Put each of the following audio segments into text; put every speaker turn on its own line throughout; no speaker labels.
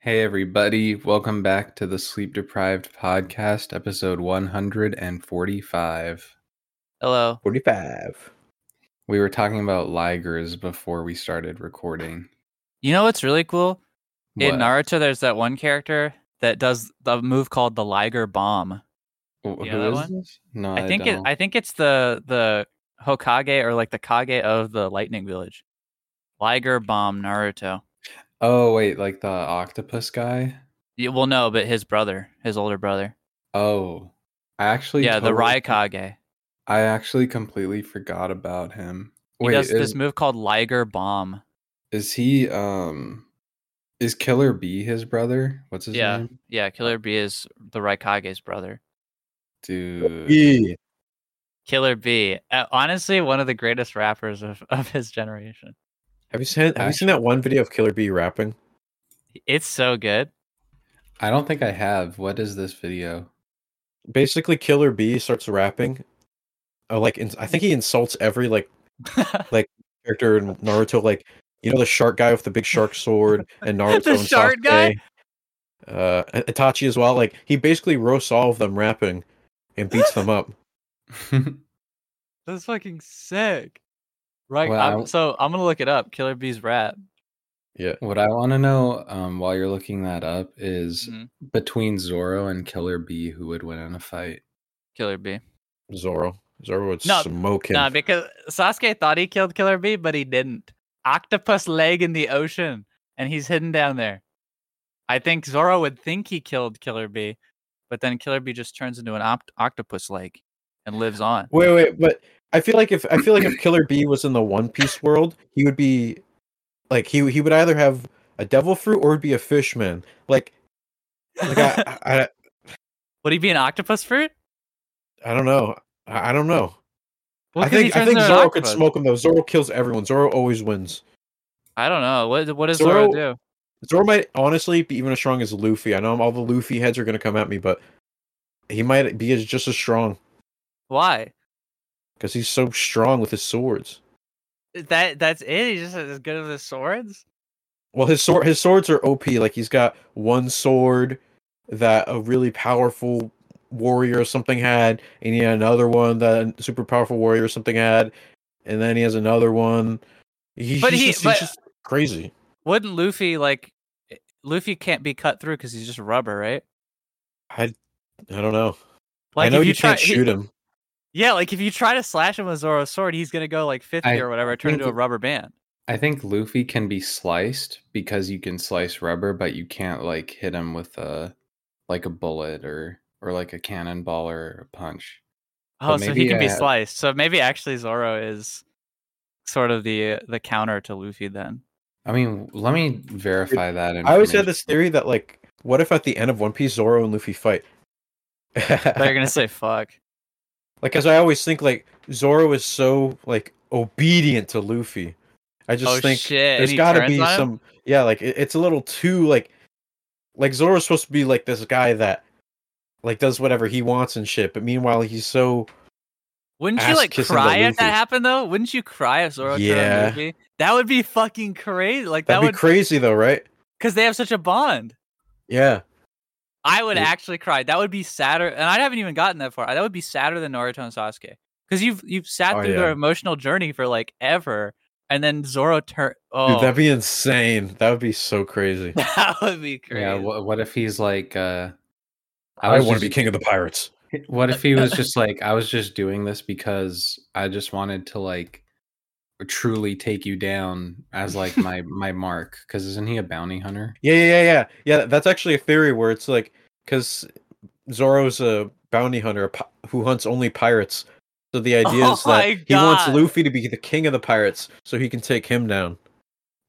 Hey, everybody. Welcome back to the Sleep Deprived Podcast, episode 145.
Hello.
45.
We were talking about ligers before we started recording.
You know what's really cool? In
What?
Naruto, there's that one character that does the move called the Liger Bomb.
Wh-
you know
Who
that
is
one?
this? No,
I think it,
don't.
I think it's the the Hokage or like the Kage of the Lightning Village. Liger Bomb Naruto.
Oh, wait, like the octopus guy?
Yeah, well, no, but his brother, his older brother.
Oh, I actually.
Yeah, the
totally-
Raikage.
I actually completely forgot about him.
He
Wait,
does
is,
this move called Liger Bomb.
is he, um, is Killer B his brother? What's his
Yeah.
name?
Yeah, Killer B is the Raikage's brother.
Dude.
Yeah.
Killer B, uh, honestly, one of the greatest rappers of, of his generation.
Have you seen have you seen that one video of Killer B rapping?
It's so good.
I don't think I have. What is this video?
Basically Killer B starts rapping. Oh, like ins- I think he insults every like character in Naruto like you know the shark guy with the big shark sword and Naruto
The
and
shark guy?
Sasuke, Uh Itachi as well. Like he basically roasts all of them rapping and beats them up.
That's fucking sick. Right.
Well, I
I'm-
w-
so I'm gonna look it up. Killer Bees rap.
Yeah.
What I want to know um, while you're looking that up is
Mm-hmm.
Mhm.
between Zoro and Killer B, who would win in a fight?
Killer Bee.
Zoro. Zoro would
No,
smoke him.
Nah, because Sasuke thought he killed Killer Bee, but he didn't. Octopus leg in the ocean, and he's hidden down there. I think Zoro would think he killed Killer Bee, but then Killer Bee just turns into an opt- octopus leg and lives on.
Wait, wait, but I feel like if I feel like if Killer B was in the One Piece world, he would be like he he would either have a devil fruit or would be a fishman. Like like I I, I-
would he be an octopus fruit?
I don't know. I, I don't know.
Well,
I
'cause he
think I
turns
think
into an
Zoro could
octopus.
smoke him though. Zoro kills everyone. Zoro always wins.
I don't know. What what does Zoro,
Zoro-
do?
Zoro might honestly be even as strong as Luffy. I know all the Luffy heads are gonna come at me, but he might be as, just as strong
Why?
because he's so strong with his swords.
That that's it. He's just as good as his swords.
Well, his sword his swords are OP. Like he's got one sword that a really powerful warrior or something had, and he had another one that a super powerful warrior or something had, and then he has another one. He-
But
he's
he-
just, he's
but-
just crazy.
Wouldn't Luffy like? i- Luffy can't be cut through because he's just rubber, right?
I I don't know.
Like
I know
if
you,
try,
can't shoot him.
Yeah, like if you try to slash him with Zoro's sword, he's gonna go like fifty
I
or whatever, turn
think
into a
it-
rubber band.
I think Luffy can be sliced because you can slice rubber, but you can't like hit him with a like a bullet or or like a cannonball or a punch.
Oh,
But
so he
maybe,
can be
uh,
sliced. So maybe actually Zoro is sort of the the counter to Luffy then.
I mean, let me verify that.
I always had
information.
this theory that like, what if at the end of One Piece, Zoro and Luffy fight?
They're gonna say fuck.
Like, as I always think, like Zoro is so like obedient to Luffy. I just
oh
think
shit! and
there's
he
got to
turns
be
on him?
some, yeah. Like it, it's a little too like, like Zoro's supposed to be like this guy that like does whatever he wants and shit. But meanwhile, he's so
Wouldn't you like
ass-kissing to
cry if that
Luffy.
happened though? Wouldn't you cry if Zoro turned
Yeah.
on Luffy? That would be fucking crazy. Like
that'd
that
be
would
crazy though, right?
because they have such a bond.
Yeah,
I would
Yeah.
actually cry. That would be sadder, and I haven't even gotten that far. That would be sadder than Naruto and Sasuke because you've you've sat
Oh,
through their
yeah.
emotional journey for like ever, and then Zoro turn.
dude,
Oh,
that'd be insane. That would be so crazy.
that would be crazy.
Yeah. What, what if he's like? uh
I,
was
want to
just-
be king of the pirates.
What if he was just like, I was just doing this because I just wanted to like truly take you down as like my my mark? Because isn't he a bounty hunter?
Yeah, yeah, yeah, yeah. Yeah, that's actually a theory where it's like because Zoro's a bounty hunter a pi- who hunts only pirates. So the idea
Oh
is that
my
he wants
God.
Luffy to be the king of the pirates, so he can take him down.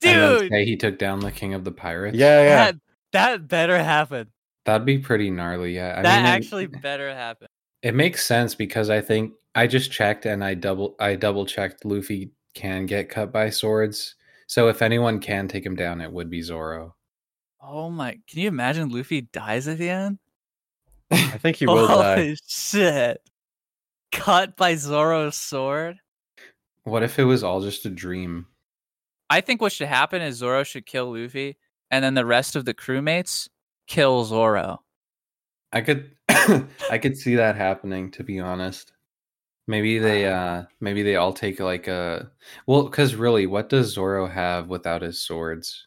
And then
dude?
say he took down the king of the pirates.
Yeah, yeah.
That that better happen.
that'd be pretty gnarly. Yeah, I
that
mean, it-
actually better happen.
it makes sense because I think I just checked and I double I double checked. Luffy can get cut by swords, so if anyone can take him down, it would be Zoro.
Oh my! Can you imagine Luffy dies at the end?
I think he will die.
Holy shit! Cut by Zoro's sword.
What if it was all just a dream?
I think what should happen is Zoro should kill Luffy and then the rest of the crewmates kill Zoro.
I could I could see that happening to be honest. Maybe they
Ah.
uh maybe they all take like a well cuz really what does Zoro have without his swords?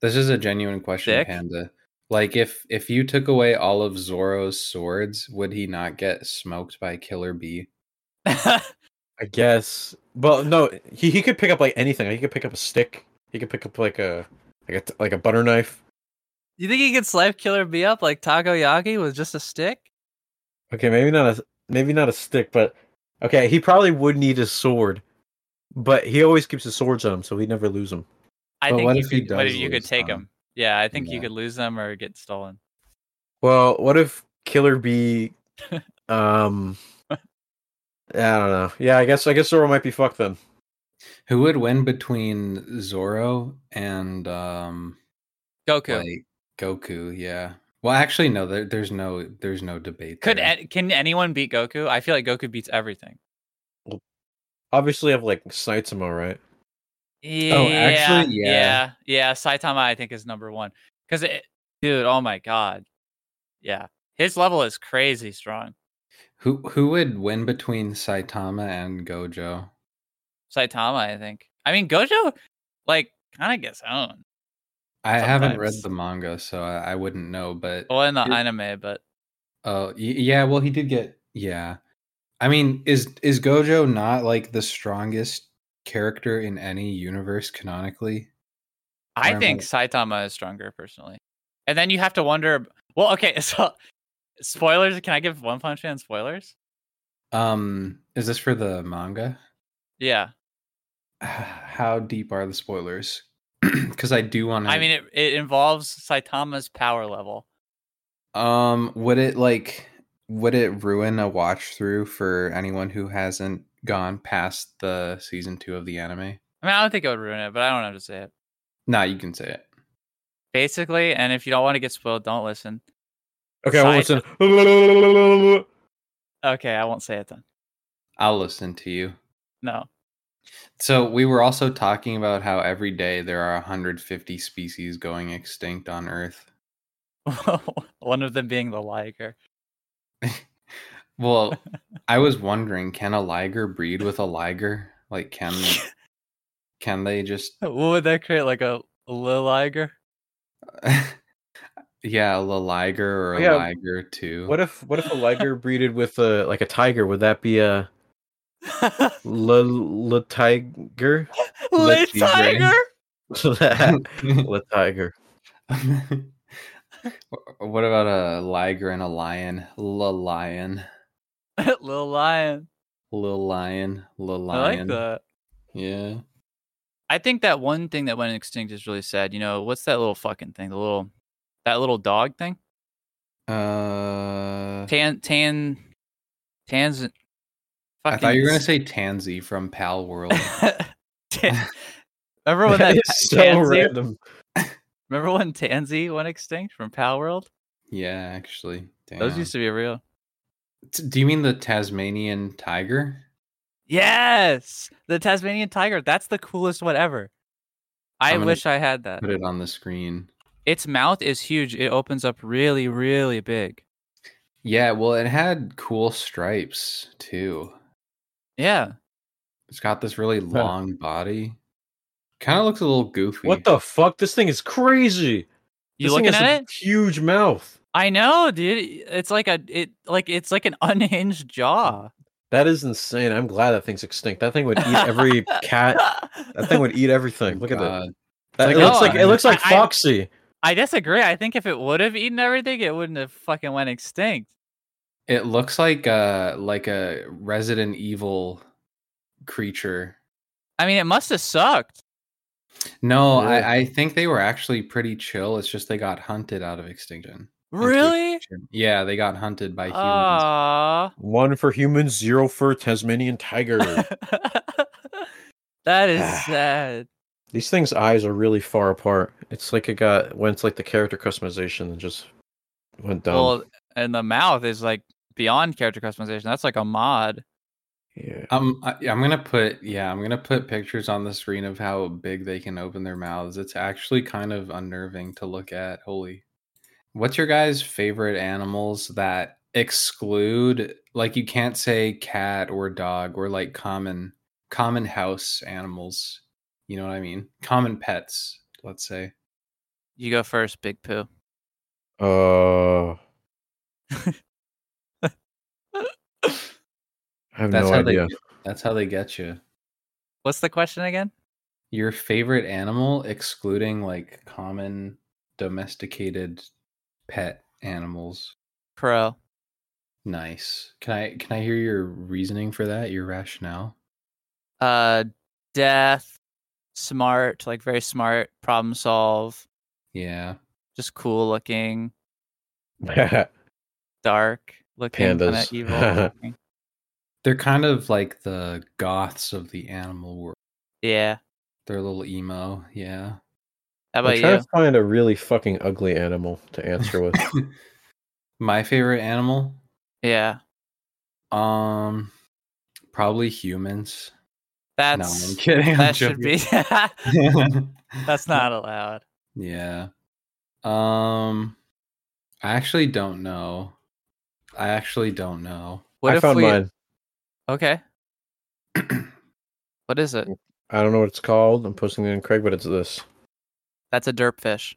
This is a genuine question
Dick?
panda. Like if if you took away all of Zoro's swords, would he not get smoked by Killer B?
I guess. Well, no, he, he could pick up like anything. He could pick up a stick. He could pick up like a like a t- like a butter knife.
you think he could slice Killer B up like Takoyaki with just a stick?
Okay, maybe not a maybe not a stick, but okay, he probably would need his sword. But he always keeps his swords on him, so he never lose them.
I
But
think
what
you
if he
could, what
does
if you could
lose
take
them?
them. Yeah, I think you
Yeah.
could lose them or get stolen.
Well, what if Killer B? Um, I don't know. Yeah, I guess I guess Zoro might be fucked then.
Who would win between Zoro and um
Goku.
like Goku? Yeah. Well, actually no, there, there's no there's no debate.
Could
there.
an- can anyone beat Goku? I feel like Goku beats everything.
Obviously, I have like Saitama, right?
Yeah,
Oh, actually, yeah.
yeah, yeah. Saitama, I think, is number one because, dude, oh my god, yeah, his level is crazy strong.
Who who would win between Saitama and Gojo?
Saitama, I think. I mean, Gojo, like, kind of gets owned.
I haven't read
Sometimes.
the manga, so I, I wouldn't know. But oh
Well, in the
Yeah.
anime, but
y- yeah, well, he did get yeah. I mean, is is Gojo not like the strongest character in any universe canonically?
I
Or
think
like-
Saitama is stronger personally. And then you have to wonder. Well, okay, so spoilers. Can I give One Punch Man spoilers?
Um, is this for the manga?
Yeah,
How deep are the spoilers? Because I do want to.
I mean, it, it involves Saitama's power level.
um, would it like would it ruin a watch through for anyone who hasn't gone past the season two of the anime?
I mean, I don't think it would ruin it, but I don't have to say it.
Nah, you can say it.
basically. And if you don't want to get spoiled, don't listen.
Okay, well, listen.
Saitama- Okay, I won't say it then.
I'll listen to you.
No.
So we were also talking about how every day there are 150 species going extinct on Earth.
One of them being the liger.
Well, I was wondering, can a liger breed with a liger? Like, can can they just?
What would that create? Like a, a little liger?
yeah, a liger or a
Yeah,
liger too.
What if what if a liger breeded with a like a tiger? Would that be a la la tiger?
Little
Let's be brave.
tiger?
la tiger.
uh, what about a liger and a lion? La lion,
little lion.
lil lion, la lion.
I like that.
Yeah.
I think that one thing that went extinct is really sad. You know, what's that little fucking thing? The little, that little dog thing?
Uh,
Tan, tan, tans.
I thought you were gonna
fucking-
say Tansy from Pal World.
Tan- Remember when that,
That is so
Tansy-
random.
Remember when Tansy went extinct from Pal World?
yeah, actually.
Those
damn.
used to be real.
T- Do you mean the Tasmanian tiger?
Yes, the Tasmanian tiger. That's the coolest one ever. I
I'm gonna
wish I had that.
Put it on the screen.
Its mouth is huge. It opens up really, really big.
Yeah, well, it had cool stripes too.
Yeah.
It's got this really long body. Kind of looks a little goofy.
What the fuck? This thing is crazy.
You
this
looking
thing has
at
a
it?
Huge mouth.
I know, dude. It's like a it like it's like an unhinged jaw.
That is insane. I'm glad that thing's extinct. That thing would eat every cat. That thing would eat
Oh
everything. Look at that.
God.
that
like
it
a
looks like it
lion.
looks like
I- I-
Foxy.
I disagree. I think if it would have eaten everything, it wouldn't have fucking went extinct.
It looks like a like a Resident Evil creature.
I mean, it must have sucked.
No,
Yeah.
I, I think they were actually pretty chill. It's just they got hunted out of extinction. Into
Really?
extinction. Yeah, they got hunted by humans.
Aw.
One for humans, zero for Tasmanian tiger.
that is sad.
These things' eyes are really far apart. It's like it got went to like the character customization and just went down.
Well, and the mouth is like beyond character customization. That's like a mod.
Yeah.
Um, I, I'm gonna put yeah, I'm gonna put pictures on the screen of how big they can open their mouths. It's actually kind of unnerving to look at. Holy, what's your guys' favorite animals that exclude like you can't say cat or dog or like common common house animals? You know what I mean? Common pets, let's say.
You go first, Big Pooh.
Uh, I have
That's
no
how
idea.
they that's how they get you.
What's the question again?
Your favorite animal, excluding like common domesticated pet animals.
Crow.
Nice. Can I can I hear your reasoning for that? Your rationale?
Uh, death. Smart, like very smart. Problem solve.
Yeah.
Just cool looking. Dark looking. Kinda
Pandas.
evil. looking.
They're kind of like the goths of the animal world.
yeah.
They're a little emo, yeah.
How
I'm
about
trying
you?
to find a really fucking ugly animal to answer with.
My favorite animal?
Yeah.
Um probably humans. no, I'm
That's
kidding. I'm
that should be. that's
joking.
not allowed.
Yeah. Um I actually don't know. I actually don't know.
What
I
if
found
we?
mine.
Okay. what is it?
I don't know what it's called. I'm posting it in Craig, but it's this.
That's a derp fish.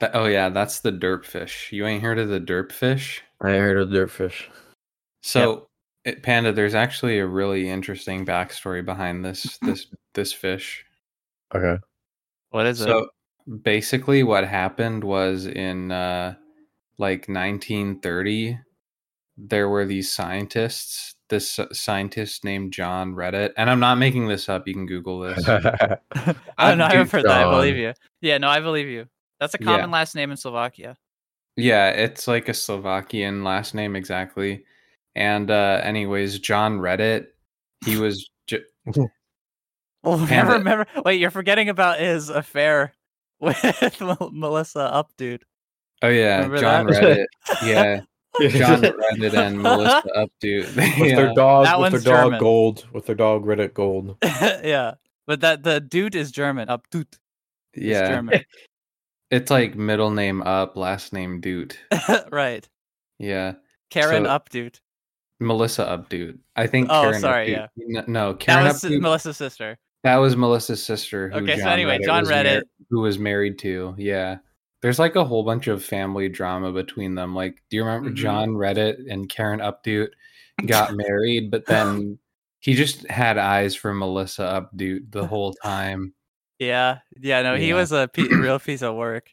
Th- oh yeah, that's the derp fish. You ain't heard of the derp fish?
I heard of dirtfish.
So it, Panda, there's actually a really interesting backstory behind this this this fish.
Okay.
What is it?
So basically what happened was in uh like 1930 there were these scientists this scientist named John Reddit and I'm not making this up you can google this
Oh no, I've heard that. I believe
John.
you. Yeah, no, I believe you. That's a
Yeah.
common last name in Slovakia.
Yeah, it's like a Slovakian last name exactly. And uh anyways, John Reddit, he was ju-
Well,
Panda-
remember, remember. Wait, you're forgetting about his affair with Mel- Melissa Up, dude.
Oh yeah,
Remember
John
that?
Reddit. Yeah, John Reddit and Melissa Updo.
with
They,
their
uh,
dog,
That
with
one's
their dog
German.
gold, with their dog Reddit gold.
yeah, but that the dude is German. Up, dude. is
yeah,
German.
it's like middle name up, last name Dude.
right.
Yeah,
Karen
So-
Up, dude.
Melissa Updo. I think.
Oh,
Karen
sorry,
Updoot-
yeah.
N- No, Karen
That
that
was si- Melissa's sister.
that was Melissa's sister. Who
Okay, so
John
anyway,
Reddit
John
was mar-
Reddit.
who was married to. Yeah, there's like a whole bunch of family drama between them. Like, do you remember
Mhm.
John Reddit and Karen Updoot got married, but then he just had eyes for Melissa Updoot the whole time.
Yeah, yeah. No, he
Yeah.
was a pe- real piece of work.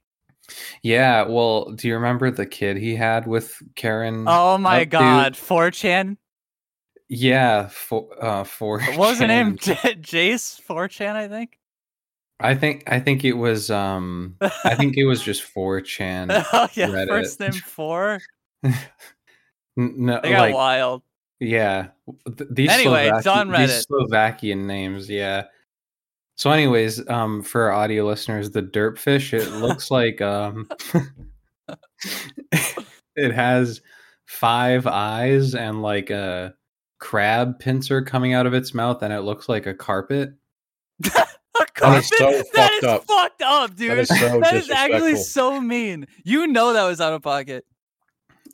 Yeah, well, do you remember the kid he had with Karen?
Oh
Up,
my
dude.
God, 4chan.
yeah, for uh, for
What was the name? J- Jace 4chan, I think.
I think I think it was um I think it was just four chan.
oh yeah,
Reddit.
first name four.
No,
They got
like
wild.
yeah, th- these
Anyway, it's
Slovaki-
on Reddit.
these Slovakian names, yeah. So, anyways, um, for our audio listeners, the derp fish it looks like um, it has five eyes and like a crab pincer coming out of its mouth, and it looks like a carpet.
A
That
carpet?
is so
that
fucked
is
up.
fucked up, dude.
That is so
That is actually
disrespectful.
so mean. You know that was out of pocket.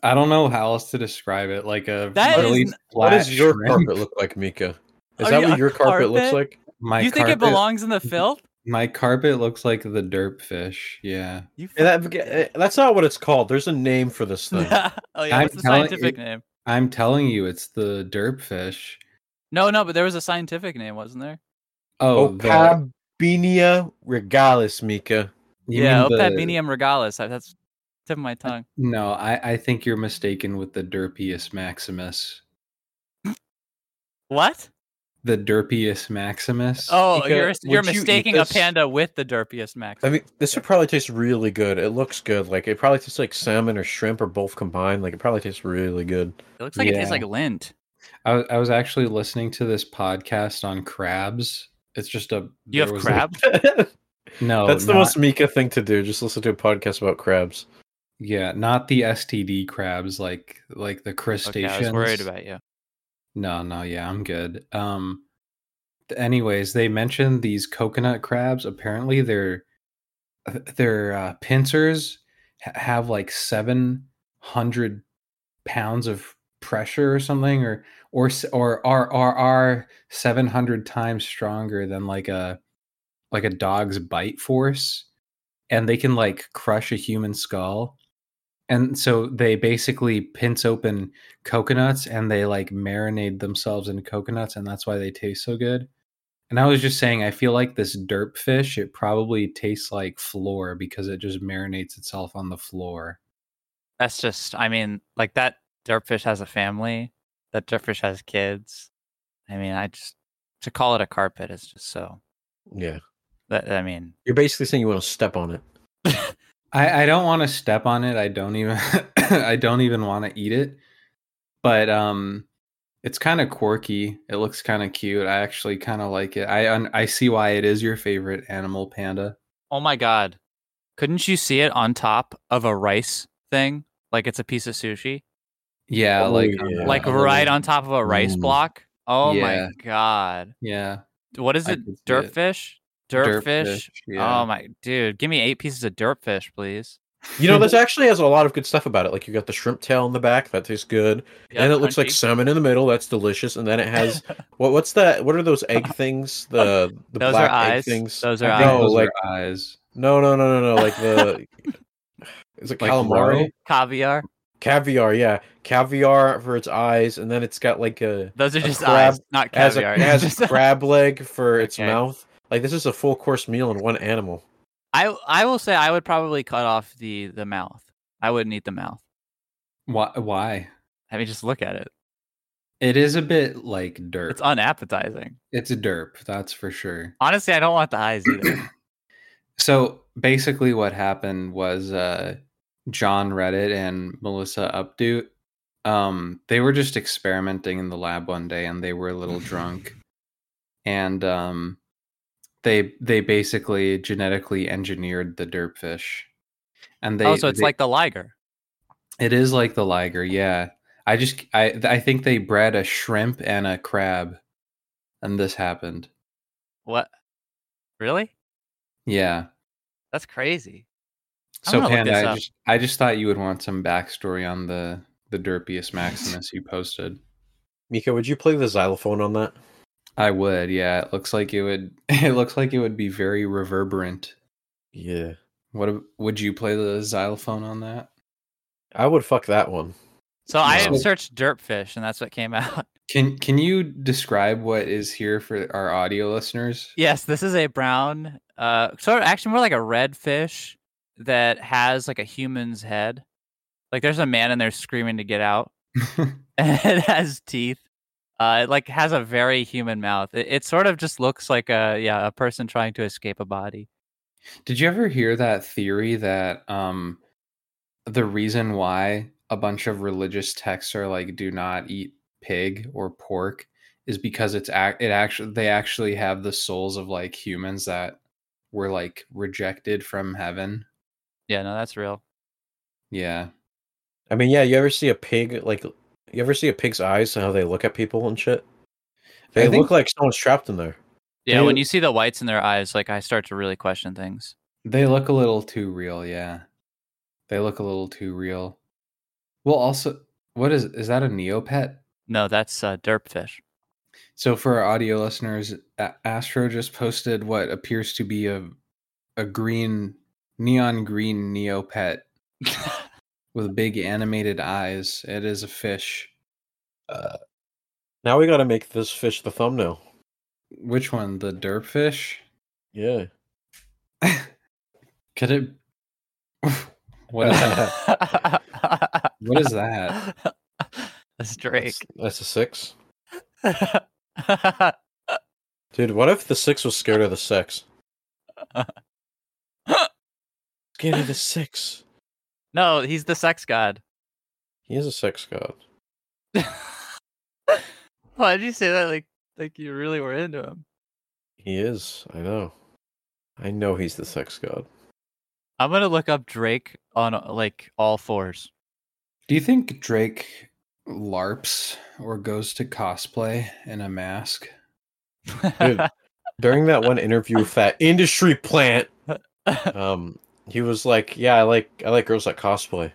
I don't know how else to describe it. Like a
That is
really
n-
flat.
what does your
shrimp.
carpet look like, Mika? Is
Oh,
that
yeah,
what
a
your carpet, looks
carpet?
like?
My
you think
carpet,
it belongs in the filth?
My carpet looks like the derp fish. Yeah.
You
That, eh, that's not what it's called. There's a name for this thing.
fucking- oh yeah,
I'm
what's the
telling-
scientific
it-
name?
I'm telling you, it's the derp fish.
No, no, but there was a scientific name, wasn't there?
Oh, the-
Opabinia regalis, Mika.
you
yeah,
mean the-
Opabinium regalis. I- That's tip of my tongue.
No, I, I think you're mistaken with the derpius maximus.
What?
The derpius maximus.
Oh,
Mika,
you're you're
would you eat
mistaking a
this?
panda with the derpiest max.
I mean, this would probably taste really good. It looks good. Like it probably tastes like salmon or shrimp or both combined. Like it probably tastes really good.
it looks like it tastes
yeah.
like lint.
I, was- I was actually listening to this podcast on crabs. It's just a
You
there
have
was a-
crab?
that's
no,
the
not-
most Mika thing to do. Just listen to a podcast about crabs.
Yeah, not the STD crabs like like the
Okay,
crustaceans.
I was worried about you.
No, no, yeah, I'm good. Um th- anyways, they mentioned these coconut crabs. Apparently their their uh, pincers ha- have like 700 pounds of pressure or something or or s- or are are are 700 times stronger than like a like a dog's bite force and they can like crush a human skull and so they basically pinch open coconuts and they like marinate themselves in coconuts and that's why they taste so good and i was just saying i feel like this derp fish it probably tastes like floor because it just marinates itself on the floor
That's just, I mean, like that dirtfish has a family. That dirtfish has kids. I mean, I just to call it a carpet is just so.
Yeah.
That I mean,
You're basically saying you want to step on it.
I, I don't want to step on it. I don't even I don't even want to eat it. But um it's kind of quirky. It looks kind of cute. I actually kind of like it. I un- I see why it is your favorite animal panda.
oh my god, couldn't you see it on top of a rice thing? Like it's a piece of sushi,
Yeah,
Oh,
like
yeah.
like
uh,
right on top of a rice
Mm.
block. Oh
Yeah.
my god,
Yeah.
what is
I
it?
could see it.
Dirtfish, dirtfish.
fish, yeah.
Oh my dude, give me eight pieces of dirtfish, please. Hmm.
You know, this actually has a lot of good stuff about it. Like you got the shrimp tail in the back, that tastes good.
Yeah,
and it looks like
crunchy.
salmon in the middle, that's delicious. And then it has what what's that what are those egg things? The the
Those are
black egg
eyes.
things.
Those are
I
No,
think
eyes.
those
like-
are eyes.
No, no, no, no, no. Like the is it
Like
calamari?
roe?
Caviar.
Caviar, yeah. Caviar for its eyes, and then it's got like a
Those are
A
just
crab-
eyes, not
as a
caviar.
it has a crab leg for its
Okay.
mouth. Like this is a full course meal in one animal.
I I will say I would probably cut off the the mouth. I wouldn't eat the mouth.
Why why?
I mean, just look at it.
It is a bit like derp.
It's unappetizing.
it's a derp, that's for sure.
Honestly, I don't want the eyes either.
So basically, what happened was uh, John Reddit and Melissa Updute. Um, they were just experimenting in the lab one day, and they were a little drunk, and um, they they basically genetically engineered the derpfish, and they
oh, so it's
they-
like the liger.
it is like the liger, yeah. I just I I think they bred a shrimp and a crab, and this happened.
What? Really?
Yeah.
That's crazy. I'm
So
gonna look
Panda,
this
I
up.
just I just thought you would want some backstory on the the derpiest Maximus you posted.
Mika, would you play the xylophone on that?
I would, yeah. It looks like it would. It looks like it would be very reverberant.
Yeah.
What ab- would you play the xylophone on that?
I would fuck that one.
So I
Wow.
searched dirtfish, and that's what came out.
Can Can you describe what is here for our audio listeners?
Yes, this is a brown, uh, sort of actually more like a red fish that has like a human's head. Like there's a man in there screaming to get out. and it has teeth. Uh, it like has a very human mouth. It, it sort of just looks like a yeah a person trying to escape a body.
Did you ever hear that theory that um the reason why a bunch of religious texts are like do not eat pig or pork is because it's ac- it actually they actually have the souls of like humans that were like rejected from heaven.
Yeah, no, that's real.
Yeah.
I mean, yeah, you ever see a pig like you ever see a pig's eyes and how they look at people and shit? They
I think-
look like someone's trapped in there.
Yeah,
They-
when you see the whites in their eyes, like I start to really question things.
They look a little too real, yeah. They look a little too real. Well, also what is is that a neopet?
No, that's uh, derpfish.
So for our audio listeners, A- Astro just posted what appears to be a a green neon green neopet with big animated eyes. It is a fish.
Uh, now we got to make this fish the thumbnail.
Which one? The derp fish?
Yeah.
Could it What is that? what is that?
that's Drake.
That's, that's a 6. Dude, what if the 6 was scared of the sex? scared of the 6.
no, he's the sex god.
He is a sex god.
Why did you say that? Like, like you really were into him.
He is. I know. I know he's the sex god.
I'm gonna look up Drake on uh, like all fours.
Do you think Drake LARPs or goes to cosplay in a mask.
Dude. During that one interview with that industry plant, um, he was like, "Yeah, I like I like girls that cosplay."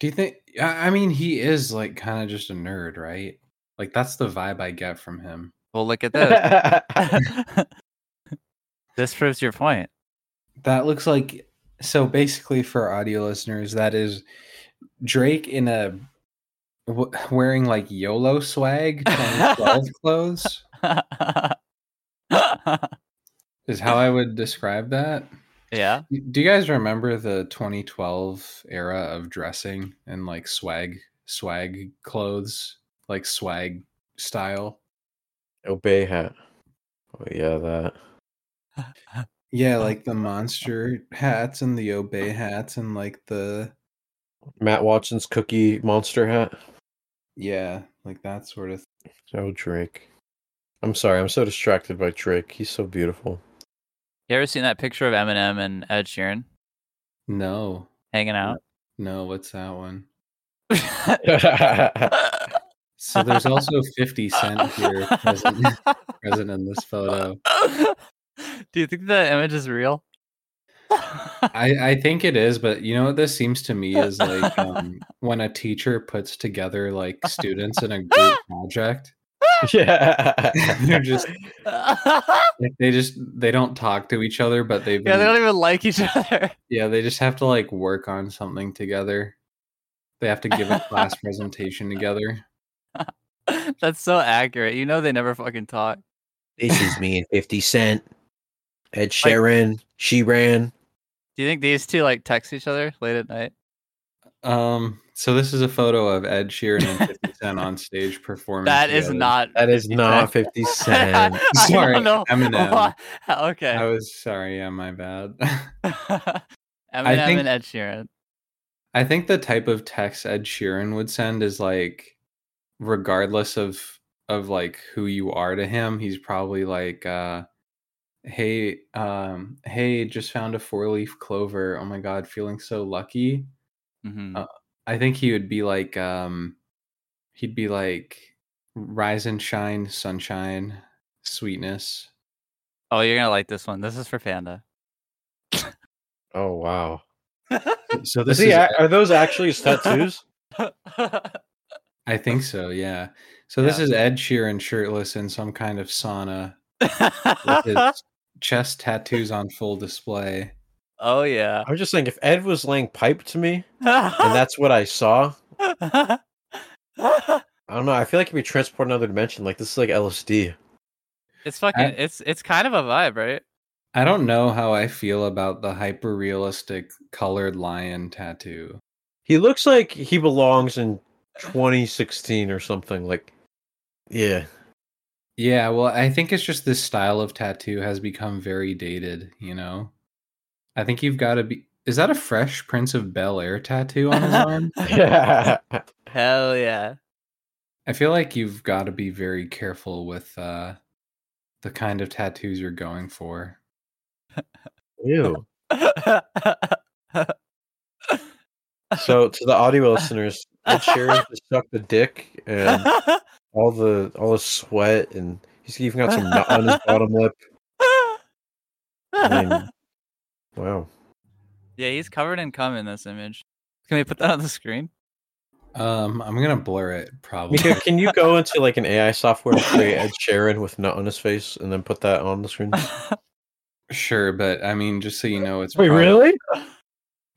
Do you think? I I mean, he is like kind of just a nerd, right? Like that's the vibe I get from him.
well, look at this. this proves your point.
That looks like so. Basically, for audio listeners, that is Drake in a w- wearing like YOLO swag, 2012 clothes is how I would describe that.
yeah.
Do you guys remember the 2012 era of dressing and like swag, swag clothes, like swag style?
Obey hat. Oh yeah, that.
Yeah, like the monster hats and the obey hats and like the
Matt Watson's cookie monster hat.
yeah, like that sort of.
Oh Drake. I'm sorry, I'm so distracted by Drake. He's so beautiful.
You ever seen that picture of Eminem and Ed Sheeran
No,
hanging out?
no, what's that one?
Dude,
So there's also 50 Cent here present, present in this photo.
Do you think that image is real?
I, I think it is, but you know what this seems to me is like um, when a teacher puts together like students in a group project. They're just
yeah,
like, they just they don't talk to each other, but they've
they
been-
don't even like each other.
yeah they just have to like work on something together. They have to give a class presentation together.
That's so accurate. You know they never fucking talk.
This is me and 50 Cent. Ed Sheeran. she ran.
Do you think these two like text each other late at night?
Um, so this is a photo of Ed Sheeran and 50 Cent on stage performing.
That is
together.
not.
That is not 50 Cent.
I
Sorry,
don't know
Eminem.
why-
I
Okay.
was sorry. Yeah, my bad.
Eminem
think-
and Ed Sheeran.
I think the type of text Ed Sheeran would send is like, regardless of of like who you are to him, he's probably like, uh, "Hey, um, hey, just found a four leaf clover. Oh my god, feeling so lucky."
Mhm.
Uh, I think he would be like, um, he'd be like, "Rise and shine, sunshine, sweetness."
oh, you're gonna like this one. This is for Panda.
Oh wow.
So
Is
this
he,
is
a- are those actually his tattoos?
I think so, yeah. So this
Yeah.
is Ed Sheeran shirtless in some kind of sauna with his chest tattoos on full display.
oh yeah.
I was just saying if Ed was laying pipe to me and
And
that's what I saw,
that's
I don't know. I feel like I'd be transported to another dimension. Like this is like LSD.
it's fucking
I-
it's it's kind of a vibe, right?
I don't know how I feel about the hyper realistic colored lion tattoo.
He looks like he belongs in 2016 or something. Like yeah.
Yeah, well, I think it's just this style of tattoo has become very dated, you know? I think you've got to be. Is that a fresh Prince of Bel Air tattoo on his arm?
Hell yeah.
I feel like you've got to be very careful with uh, the kind of tattoos you're going for.
Ew. So to the audio listeners, Ed Sheeran just sucked the dick and all the all the sweat and he's even got some nut on his bottom lip. I mean, wow.
yeah, he's covered in cum in this image. Can we put that on the screen?
Um, I'm gonna blur it probably.
Mika, can you go into like an AI software and create Ed Sheeran with nut on his face and then put that on the screen?
sure, but I mean, just so you know, it's
Wait,
prob-
really?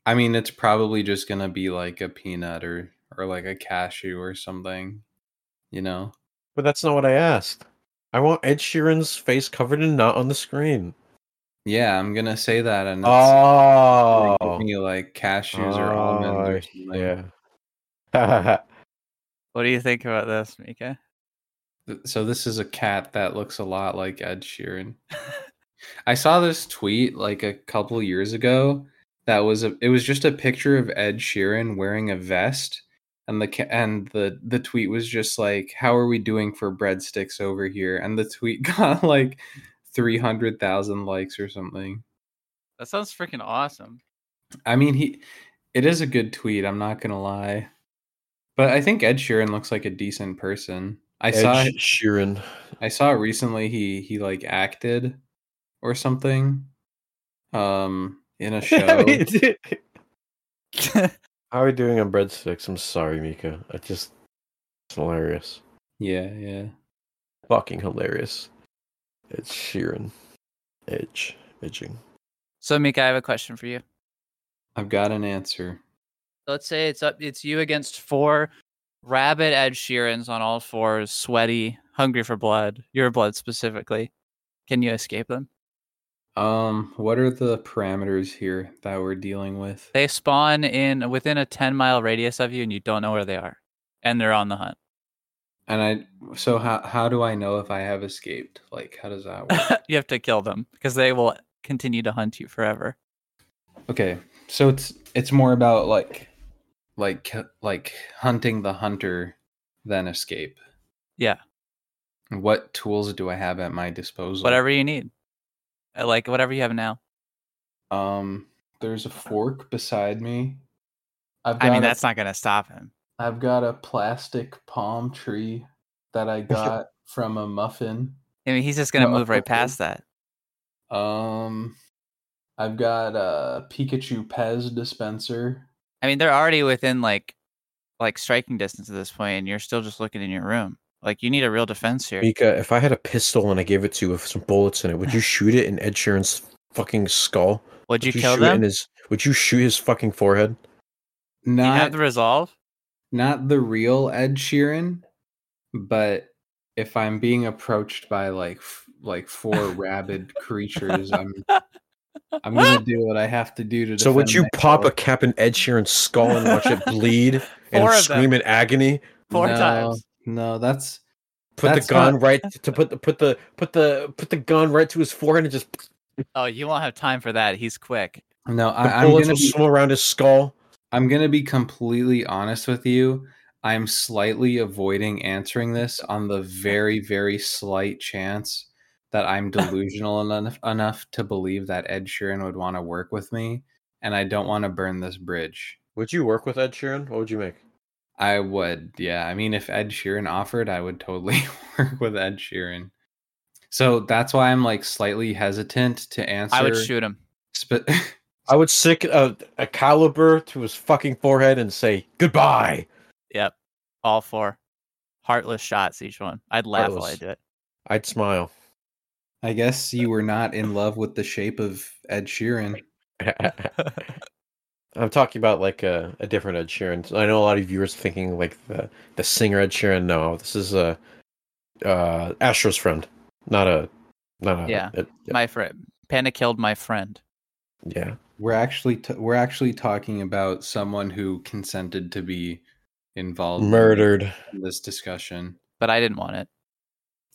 I mean, it's probably just gonna be like a peanut or or like a cashew or something. You know,
But that's not what I asked. I want Ed Sheeran's face covered in nut on the screen.
yeah, I'm gonna say that, and it's
Oh,
like giving you like cashews or almonds or
oh
something.
yeah.
what do you think about this, Mika?
Th- So this is a cat that looks a lot like Ed Sheeran. I saw this tweet like a couple years ago that was a it was just a picture of Ed Sheeran wearing a vest and the ca- and the the tweet was just like how are we doing for breadsticks over here and the tweet got like 300,000 likes or something.
That sounds freaking awesome.
I mean he it is a good tweet, I'm not going to lie. But I think Ed Sheeran looks like a decent person. I
Ed
saw
Sheeran.
I saw recently he he like acted or something um in a show.
How are we doing on breadsticks? I'm sorry, Mika. I just it's hilarious.
yeah, yeah.
Fucking hilarious. It's Sheeran. Edge. Edging.
so, Mika, I have a question for you.
I've got an answer.
Let's say it's up. It's you against four rabid Ed Sheerans on all fours, sweaty, hungry for blood. Your blood specifically. Can you escape them?
Um what are the parameters here that we're dealing with?
They spawn in within a ten mile radius of you, and you don't know where they are, and they're on the hunt.
And I so how how do I know if I have escaped? Like how does that work?
you have to kill them because they will continue to hunt you forever.
Okay, so it's it's more about like like ki- like hunting the hunter than escape.
Yeah.
What tools do I have at my disposal?
Whatever you need, Uh, like whatever you have now.
Um, there's a fork beside me. I've
I mean,
a-
that's not gonna stop him.
I've got a plastic palm tree that I got from a muffin.
I mean, he's just gonna
No,
move right
okay.
past that.
Um, I've got a Pikachu Pez dispenser.
I mean, they're already within like like striking distance at this point, and you're still just looking in your room. Like you need a real defense here.
Mika, if I had a pistol and I gave it to you with some bullets in it, would you shoot it in Ed Sheeran's fucking skull?
Would you,
would you
kill
shoot it in
them?
his would you shoot his fucking forehead?
Do you
Not
have the resolve?
not the real Ed Sheeran, but if I'm being approached by like f- like four rabid creatures, I'm I'm gonna do what I have to do to.
So would
defend
you pop a
myself.
cap in Ed Sheeran's skull and watch it bleed and
Four of them.
scream in agony?
Four
No,
times.
No, that's
Put
That's
the gun
not-
right to put the put the put the put the gun right to his forehead and just
Oh, you won't have time for that. He's quick.
no.
the
I, I'm
bullets
gonna
will
be,
swim around his skull.
I'm gonna be completely honest with you. I'm slightly avoiding answering this on the very very slight chance that I'm delusional enough enough to believe that Ed Sheeran would want to work with me, and I don't want to burn this bridge.
Would you work with Ed Sheeran? What would you make?
I would, yeah. I mean, if Ed Sheeran offered, I would totally work with Ed Sheeran. So that's why I'm like slightly hesitant to answer.
I would shoot him.
spe-
I would stick a, a caliber to his fucking forehead and say goodbye.
Yep. All four. Heartless shots each one. I'd laugh while I
Heartless.
do it.
I'd smile.
I guess you were not in love with the shape of Ed Sheeran.
I'm talking about like a, a different Ed Sheeran. So I know a lot of viewers thinking like the the singer Ed Sheeran. No, this is a uh, Astro's friend, not a not a
Yeah.
a- a-
My friend. Panda killed my friend.
yeah.
We're actually t- we're actually talking about someone who consented to be involved in
Murdered.
this discussion.
But I didn't want it.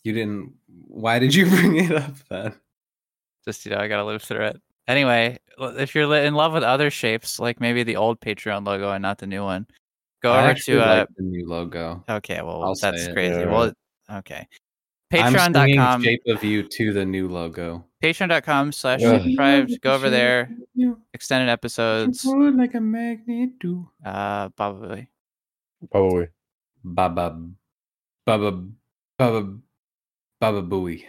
You didn't. Why did you bring it up then?
just you know i gotta live through it anyway l- if you're li- in love with other shapes like maybe the old patreon logo and not the new one go
I
over
actually
to uh
like the new logo.
okay well
I'll say
that's
it,
crazy
yeah.
well okay
I'm singing
patreon.com
shape of you to the new logo.
patreon.com slash
Yeah.
subscribed go over there extended episodes
like a magnet do.
uh probably
Oh, Probably.
Baba, baba, baba, baba booey.